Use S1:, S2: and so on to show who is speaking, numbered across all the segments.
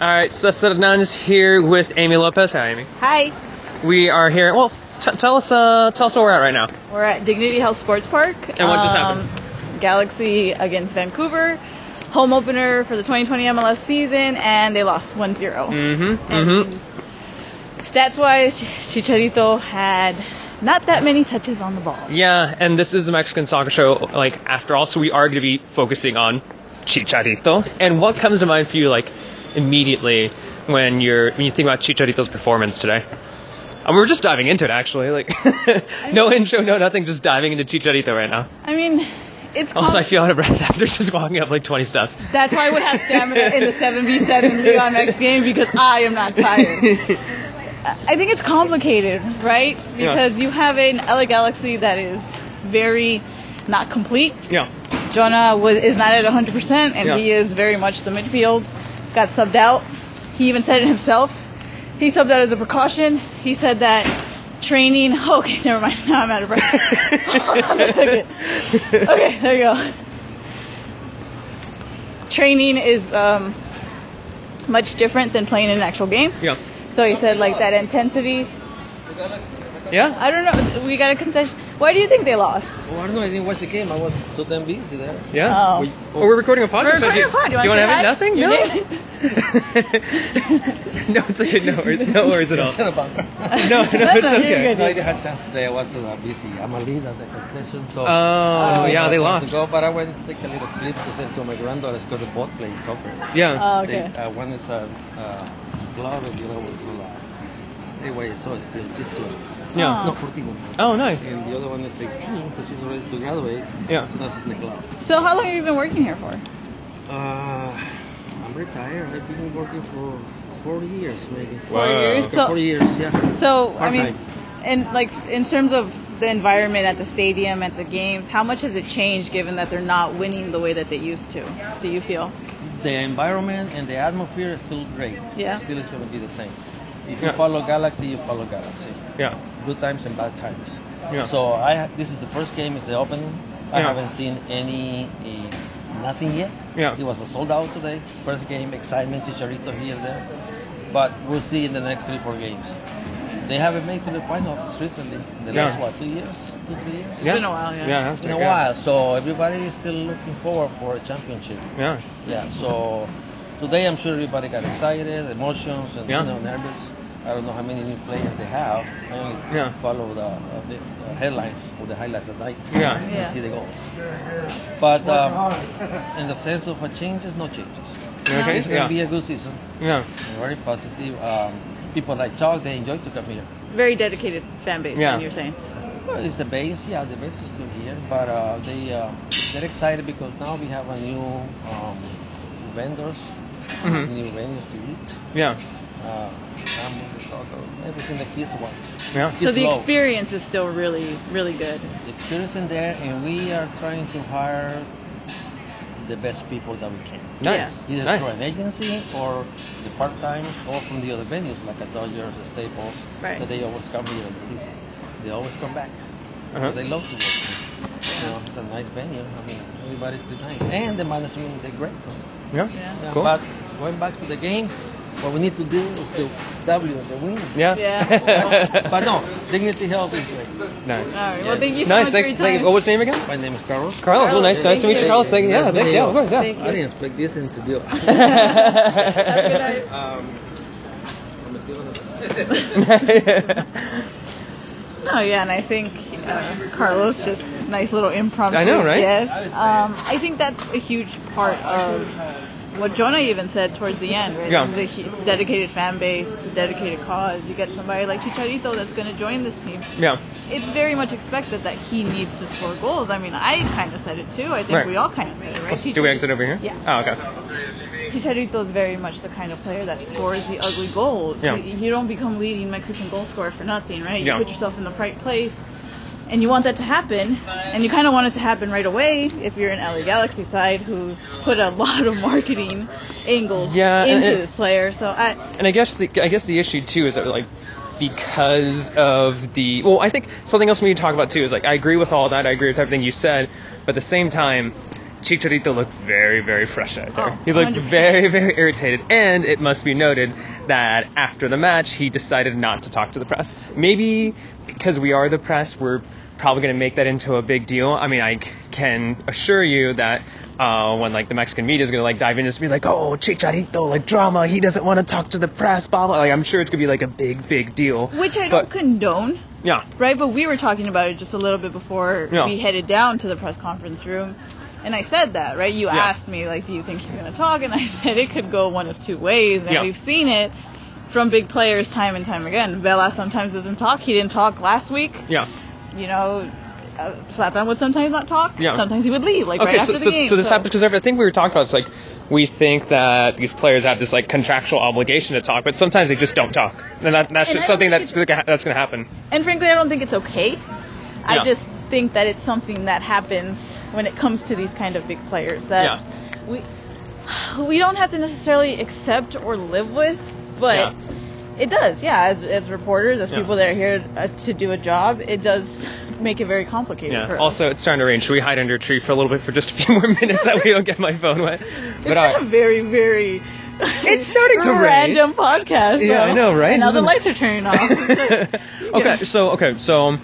S1: All right, so that's the nuns here with Amy Lopez. Hi, Amy.
S2: Hi,
S1: We are here. Well, t- tell us, uh, tell us where we're at right now.
S2: we're at Dignity Health Sports Park. um,
S1: And what just happened?
S2: Galaxy against Vancouver, home opener for the 2020 MLS season, and they lost 1 0.
S1: Mm-hmm. Mm-hmm.
S2: Stats wise, Chicharito had not that many touches on the ball.
S1: Yeah, and this is the Mexican soccer show. Like after all, so we are going to be focusing on Chicharito. And what comes to mind for you, like immediately when you're when you think about Chicharito's performance today? And we're just diving into it, actually. Like, no intro, no nothing. Just diving into Chicharito right now.
S2: I mean, it's
S1: Also, I
S2: com-
S1: feel out of breath after just walking up like 20 steps.
S2: that's why I would have stamina in the 7v7 Leon X game because I am not tired. I think it's complicated, right?
S1: Yeah.
S2: Because you have an LA Galaxy that is very not complete.
S1: Yeah.
S2: Jonah was, is not at 100%, and
S1: Yeah.
S2: he is very much the midfield. Got subbed out. He even said it himself. He subbed out as a precaution. He said that training. Okay, never mind. Now I'm out of breath. Hold on a second. Okay, there you go. Training is um, much different than playing an actual game.
S1: Yeah.
S2: So he said like that intensity.
S3: Oh,
S1: Yeah.
S2: I don't know. We got a concession. Why do you think they lost?
S3: Well, I don't know. I didn't watch the game. I was so damn busy there.
S1: Yeah. uh,
S2: Oh.
S3: We-
S1: Well, we're recording a podcast.
S2: We're
S1: so do
S2: recording a
S1: Do
S2: pod.
S1: you want to have it? Nothing?
S2: You
S1: No.
S2: wanna say hi? Your name?
S1: no, it's okay. No worries. No worries at all.
S3: Shut up. no,
S1: No, no,
S2: That's
S1: it's
S2: not very
S1: okay.
S2: good.
S3: I didn't have chance today. I was uh, busy. I'm a lead at the concession, so.
S1: Oh,
S3: I didn't
S1: yeah,
S3: have
S1: they lost.
S3: chance To go, but I went to take a little clip to send to my granddaughter. Go to both play soccer.
S1: Yeah.
S2: Oh, okay.
S3: They, uh, one is a uh, uh, blood, and the other one is uh, anyway. So it's uh, just two.
S1: yeah.
S3: No, 41.
S1: Oh, nice.
S3: And the other one is 18, so she's ready to graduate.
S1: Yeah.
S3: So that's in the club.
S2: So how long have you been working here for?
S3: Uh, I'm retired. I've been working for four years, maybe.
S2: Four
S1: Wow.
S2: years.
S3: So, four
S2: So,
S3: years, yeah.
S2: so I mean,
S3: Part-time.
S2: and like in terms of the environment at the stadium, at the games, how much has it changed given that they're not winning the way that they used to? Do you feel?
S3: the environment and the atmosphere is still great.
S2: Yeah.
S3: Still is going to be the same. If you
S1: Yeah.
S3: follow Galaxy, you follow Galaxy.
S1: Yeah.
S3: Good times and bad times.
S1: Yeah.
S3: So I ha- this is the first game. It's the opening. I
S1: Yeah.
S3: haven't seen any eh, nothing yet.
S1: Yeah.
S3: It was a sold out today. First game, excitement, Chicharito here there. But we'll see in the next three four games. They haven't made to the finals recently. The
S1: Yeah.
S3: last what two years, two three years.
S1: yeah.
S2: been a while, yeah.
S1: Yeah.
S3: It's been a while, so everybody is still looking forward for a championship.
S1: Yeah.
S3: Yeah, so today I'm sure everybody got excited, emotions, and
S1: Yeah.
S3: you know, nervous. I don't know how many new players they have. I only
S1: Yeah.
S3: follow the, uh, the uh, headlines or the highlights at night
S1: Yeah.
S3: and
S2: Yeah.
S3: see the goals. But um, in the sense of a changes, no changes.
S1: You okay?
S3: It's going to
S1: Yeah.
S3: be a good season.
S1: Yeah.
S3: Very positive. Um, people like Chalk, they enjoy to come here.
S2: Very dedicated fan base.
S1: Yeah.
S2: Then you're saying.
S3: Well, it's the base, yeah, the base is still here, but uh, they uh, they're excited because now we have a new um, vendors,
S1: Mhm.
S3: new venues to eat.
S1: Yeah.
S3: Uh, hamburger, taco, uh, everything that kids want.
S1: Yeah.
S2: So
S3: It's
S2: the
S3: low.
S2: experience is still really, really good.
S3: The experience in there, and we are trying to hire the best people that we can.
S1: Nice.
S3: Either
S1: Nice.
S3: through an agency or the part time or from the other venues like a Dodgers, the Staples.
S2: Right.
S3: But they always come here in the season. They always come back.
S1: Uh-huh.
S3: They love to work here. You know, it's a nice venue. I mean, everybody's pretty nice. And the management, they're great.
S1: Yeah.
S2: Yeah.
S1: Cool.
S3: But going back to the game, what we need to do is to W the win.
S1: yeah.
S2: Yeah.
S3: But no, dignity health is great.
S1: nice.
S2: All right. Well, thank you so
S1: Nice.
S2: much
S1: Thanks.
S2: for your
S1: Thank
S2: time.
S1: you. What was your name again?
S3: My name is Carlos.
S1: Carlos. Well, nice. Nice to meet you, Carlos. Thank you. Yeah. Thank you. Yeah. Of course. Yeah.
S2: Thank
S3: I didn't expect this to be.
S2: Oh yeah, and I think uh, Carlos just nice little impromptu.
S1: I know, right?
S2: Yes. Um, I think that's a huge part of what Jonah even said towards the end, right?
S1: Yeah.
S2: This is a hu- it's a dedicated fan base, it's a dedicated cause. You get somebody like Chicharito that's going to join this team.
S1: yeah.
S2: It's very much expected that he needs to score goals. I mean, I kind of said it too. I think
S1: Right.
S2: we all kind of said it, right?
S1: Do we exit over here?
S2: Yeah.
S1: Oh, okay.
S2: Chicharito is very much the kind of player that scores the ugly goals.
S1: Yeah.
S2: You, you don't become leading Mexican goal scorer for nothing, right? You
S1: Yeah.
S2: put yourself in the right place, and you want that to happen, and you kind of want it to happen right away if you're an LA Galaxy side who's put a lot of marketing angles
S1: Yeah, and
S2: into
S1: it-
S2: this player. So I,
S1: and I guess the I guess the issue too is that like because of the well, I think something else we need to talk about too is like I agree with all that. I agree with everything you said, but at the same time, Chicharito looked very, very fresh out there.
S2: Oh,
S1: he looked
S2: 100%.
S1: very, very irritated. And it must be noted that after the match, he decided not to talk to the press. Maybe because we are the press, we're probably going to make that into a big deal. I mean, I c- can assure you that uh, when like the Mexican media is going to like dive in and just be like, oh, Chicharito, like drama. He doesn't want to talk to the press. Blah blah. Like I'm sure it's going to be like a big, big deal.
S2: Which I
S1: But-
S2: don't condone,
S1: Yeah.
S2: right? But we were talking about it just a little bit before
S1: Yeah.
S2: we headed down to the press conference room. And I said that, right? You
S1: Yeah.
S2: asked me, like, do you think he's going to talk? And I said it could go one of two ways. And
S1: Yeah.
S2: we've seen it from big players time and time again. Vela sometimes doesn't talk. He didn't talk last week.
S1: Yeah.
S2: You know, uh, Zlatan would sometimes not talk.
S1: Yeah.
S2: Sometimes he would leave, like,
S1: Okay,
S2: right
S1: so,
S2: after
S1: so,
S2: the game.
S1: so this happens because I think we were talking about it's like we think that these players have this like contractual obligation to talk, but sometimes they just don't talk, and that, that's
S2: And
S1: just
S2: I don't
S1: something
S2: think
S1: that's gonna- that's going to happen.
S2: And frankly, I don't think it's okay.
S1: Yeah.
S2: I just think that it's something that happens when it comes to these kind of big players that
S1: Yeah.
S2: we we don't have to necessarily accept or live with, but
S1: Yeah.
S2: it does. Yeah, as as reporters, as
S1: Yeah.
S2: people that are here uh, to do a job, it does make it very complicated for
S1: Yeah.
S2: us.
S1: Also, it's starting to rain. Should we hide under a tree for a little bit for just a few more minutes that we don't get my phone wet? But uh, all
S2: It's a
S1: right.
S2: very, very.
S1: It's starting to rain.
S2: random podcast.
S1: Yeah,
S2: though.
S1: I know, right?
S2: And now the
S1: Isn't-
S2: lights are turning off.
S1: okay. So okay. So.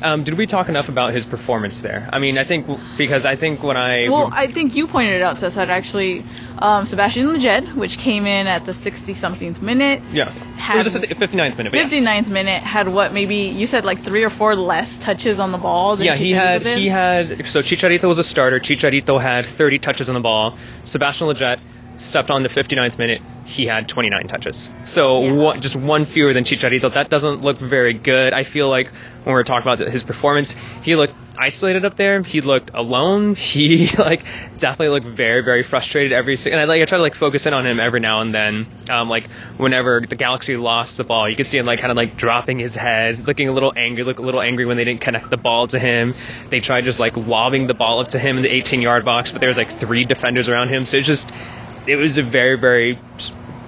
S1: Um, did we talk enough about his performance there? I mean, I think because I think when I
S2: Well, I think you pointed it out, Cesar, actually. Um, Sebastian Leged, which came in at the 60 somethingth minute,
S1: yeah,
S2: had-
S1: it was a 59th minute. but yeah.
S2: 59th minute, had what, maybe, you said like three or four less touches on the ball than
S1: Yeah, he
S2: Chicharito
S1: had
S2: did?
S1: he had so Chicharito was a starter. Chicharito had 30 touches on the ball. Sebastian Leggett stepped on the 59th minute. He had 29 touches. So
S2: Yeah.
S1: one, just one fewer than Chicharito. That doesn't look very good. I feel like when we're talking about his performance, he looked isolated up there. He looked alone. He like definitely looked very very frustrated every si- and I like I try to like focus in on him every now and then. Um, like whenever the Galaxy lost the ball, you could see him like kind of like dropping his head, looking a little angry, look a little angry when they didn't connect the ball to him. They tried just like lobbing the ball up to him in the 18 yard box, but there was like three defenders around him. So it's just it was a very very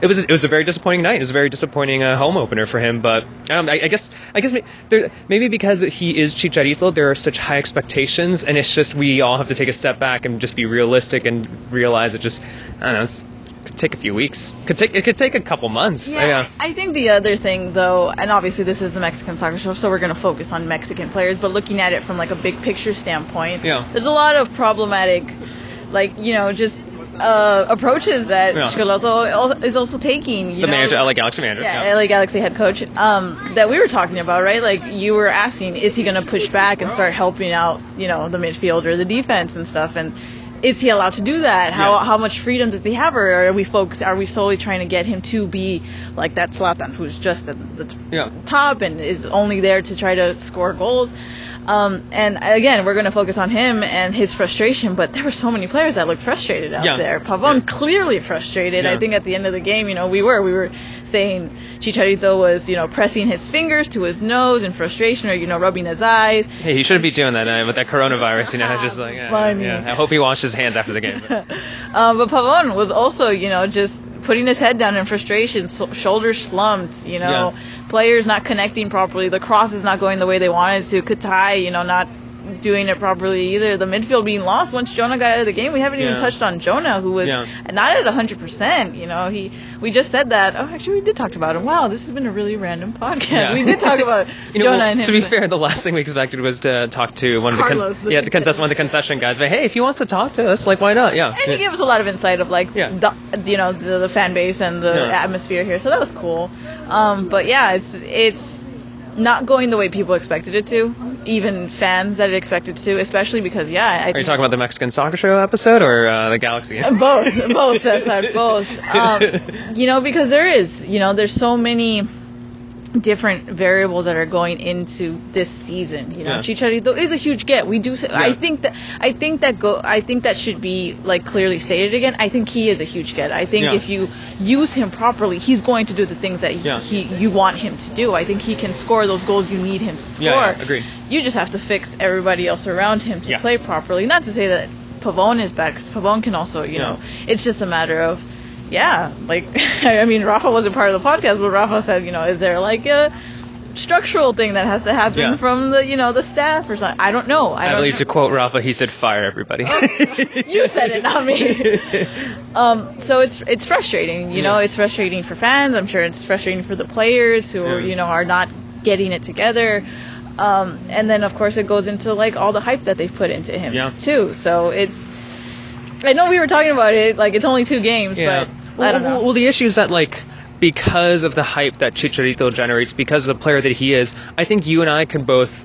S1: it was it was a very disappointing night. It was a very disappointing uh, home opener for him. But um, I, I guess I guess may- there, maybe because he is Chicharito, there are such high expectations, and it's just we all have to take a step back and just be realistic and realize it just I don't know. It's, could take a few weeks. Could take it could take a couple months.
S2: Yeah. I think the other thing, though, and obviously this is the Mexican soccer show, so we're going to focus on Mexican players, but looking at it from like a big picture standpoint,
S1: Yeah.
S2: there's a lot of problematic, like, you know, just uh, approaches that
S1: Yeah.
S2: Schelotto al is also taking. You
S1: The
S2: know?
S1: manager, LA Galaxy manager.
S2: Yeah, LA Galaxy head coach um, that we were talking about, right? Like you were asking, is he going to push back and start helping out, you know, the midfield or the defense and stuff? And is he allowed to do that? How
S1: Yeah.
S2: how much freedom does he have, or are we folks? Are we solely trying to get him to be like that Slatan, who's just at the t-
S1: Yeah.
S2: top and is only there to try to score goals? Um, and again, we're going to focus on him and his frustration, but there were so many players that looked frustrated out
S1: Yeah.
S2: there. Pavon
S1: Yeah.
S2: clearly frustrated.
S1: Yeah.
S2: I think at the end of the game, you know, we were we were saying Chicharito was, you know, pressing his fingers to his nose in frustration or you know, rubbing his eyes.
S1: Hey, he shouldn't be doing that uh, with that coronavirus. You know, just like yeah,
S2: Funny.
S1: yeah. I hope he washed his hands after the game.
S2: Um, but Pavon was also, you know, just putting his head down in frustration, so- shoulders slumped, you know, players not connecting properly, the cross is not going the way they wanted to, Katai, you know, not doing it properly either, the midfield being lost once Jonah got out of the game. We haven't
S1: Yeah.
S2: even touched on Jonah, who was
S1: Yeah.
S2: not at 100%, you know, he, we just said that, oh, actually we did talk about him. Wow, this has been a really random podcast.
S1: Yeah.
S2: We did talk about
S1: You know,
S2: Jonah
S1: well,
S2: and him.
S1: To be fair, the last thing we expected was to talk to one
S2: Carlos,
S1: of the,
S2: the
S1: con- yeah, the concess- one of the concession guys. But hey, if he wants to talk to us, like why not? Yeah.
S2: And he gave us a lot of insight of like
S1: Yeah.
S2: the you know the, the fan base and the
S1: Yeah.
S2: atmosphere here, so that was cool. Um, but yeah, it's it's not going the way people expected it to, even fans that expected to, especially because yeah, I
S1: Are you
S2: think
S1: talking about the Mexican soccer show episode or uh, the Galaxy?
S2: both, both, Cesar, both. Um, you know, because there is, you know, there's so many different variables that are going into this season. You know,
S1: Yeah.
S2: Chicharito is a huge get. We do. s I I
S1: Yeah.
S2: think that. I think that go. I think that should be like clearly stated again. I think he is a huge get. I think
S1: Yeah.
S2: if you use him properly, he's going to do the things that
S1: Yeah.
S2: he you want him to do. I think he can score those goals you need him to score.
S1: Yeah, yeah, agreed.
S2: You just have to fix everybody else around him to
S1: Yes.
S2: play properly. Not to say that Pavone is bad, because Pavone can also, you
S1: Yeah.
S2: know, it's just a matter of, yeah, like, I mean, Rafa wasn't part of the podcast, but Rafa said, you know, is there like a structural thing that has to happen
S1: Yeah.
S2: from the you know the staff or something. I don't know. I,
S1: I
S2: don't
S1: believe
S2: know. Oh.
S1: to quote Rafa, he said, "Fire everybody."
S2: you said it, not me. Um, so it's it's frustrating, you know.
S1: Yeah.
S2: It's frustrating for fans. I'm sure it's frustrating for the players who
S1: Yeah.
S2: you know are not getting it together. Um, and then of course it goes into like all the hype that they've put into him
S1: Yeah.
S2: too. So it's I know we were talking about it. Like it's only two games, but I
S1: well,
S2: don't know.
S1: well, well, the issue is that like because of the hype that Chicharito generates, because of the player that he is, I think you and I can both,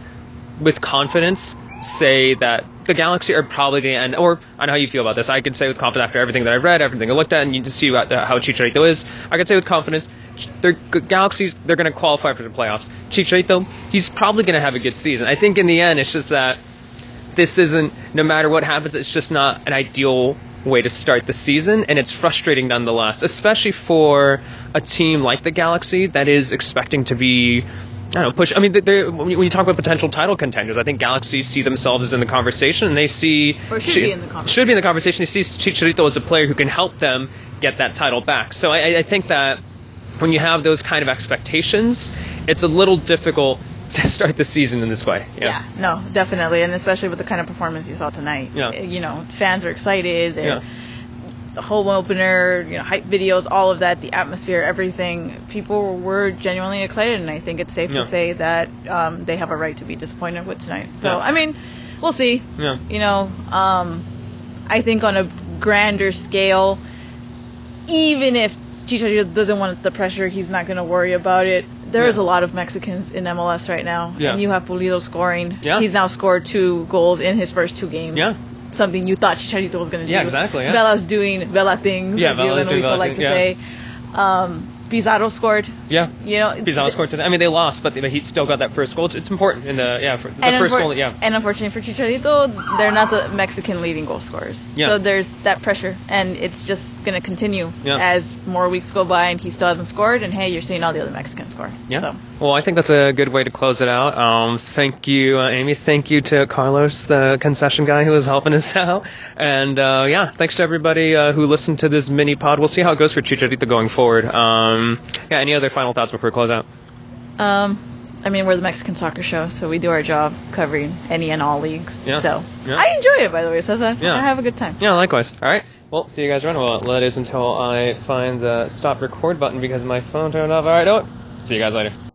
S1: with confidence, say that the Galaxy are probably going to end. Or I know how you feel about this. I can say with confidence after everything that I've read, everything I looked at, and you just see about the, how Chicharito is. I can say with confidence, Ch- they're g- Galaxies. They're going to qualify for the playoffs. Chicharito, he's probably going to have a good season. I think in the end, it's just that this isn't no matter what happens it's just not an ideal way to start the season and it's frustrating nonetheless especially for a team like the galaxy that is expecting to be I don't know, push. I mean, they're, when you when you talk about potential title contenders, I think Galaxy see themselves as in the conversation, and they see
S2: Or should
S1: Chi-
S2: be in the conversation.
S1: Should be in the conversation. They see Chicharito as a player who can help them get that title back. So I, I- I think that when you have those kind of expectations, it's a little difficult to start the season in this way.
S2: yeah. no, definitely, and especially with the kind of performance you saw tonight. Eh,
S1: Yeah.
S2: You know, fans were excited.
S1: Yeah.
S2: They're- The home opener, you know, hype videos, all of that, the atmosphere, everything. People were genuinely excited, and I think it's safe
S1: Yeah.
S2: to say that um, they have a right to be disappointed with tonight. So,
S1: Yeah.
S2: I mean, we'll see.
S1: Yeah.
S2: You know, um, I think on a grander scale, even if Chicharito doesn't want the pressure, he's not going to worry about it. There is
S1: Yeah.
S2: a lot of Mexicans in MLS right now,
S1: Yeah.
S2: and you have Pulido scoring.
S1: Yeah.
S2: He's now scored two goals in his first two games.
S1: Yeah.
S2: Something you thought Chicharito was going to
S1: Yeah,
S2: do.
S1: exactly, yeah.
S2: Vela's doing Vela things,
S1: Yeah,
S2: as you
S1: Vela's
S2: and
S1: doing
S2: Luisa
S1: Vela
S2: like to say.
S1: things,
S2: Um, Pizarro scored.
S1: Yeah.
S2: You know,
S1: Pizarro scored today. I mean, they lost, but the Heat still got that first goal. It's important in the yeah for the
S2: And
S1: first
S2: unfor-
S1: goal. Yeah.
S2: And unfortunately for Chicharito, they're not the Mexican leading goal scorers.
S1: Yeah.
S2: So there's that pressure, and it's just going to continue
S1: Yeah.
S2: as more weeks go by, and he still hasn't scored. And hey, you're seeing all the other Mexicans score.
S1: yeah.
S2: So.
S1: Well, I think that's a good way to close it out. Um, thank you, uh, Amy. Thank you to Carlos, the concession guy who was helping us out. And uh, yeah, thanks to everybody uh, who listened to this mini pod. We'll see how it goes for Chicharito going forward. Um, yeah. Any other final thoughts before we close out?
S2: Um, I mean, we're the Mexican soccer show, so we do our job covering any and all leagues.
S1: Yeah.
S2: So
S1: Yeah.
S2: I enjoy it, by the way, Cesar.
S1: Yeah.
S2: I have a good time.
S1: Yeah. Likewise. All right. Well, see you guys around. Well, that is until I find the stop record button because my phone turned off. All right. Oh. See you guys later.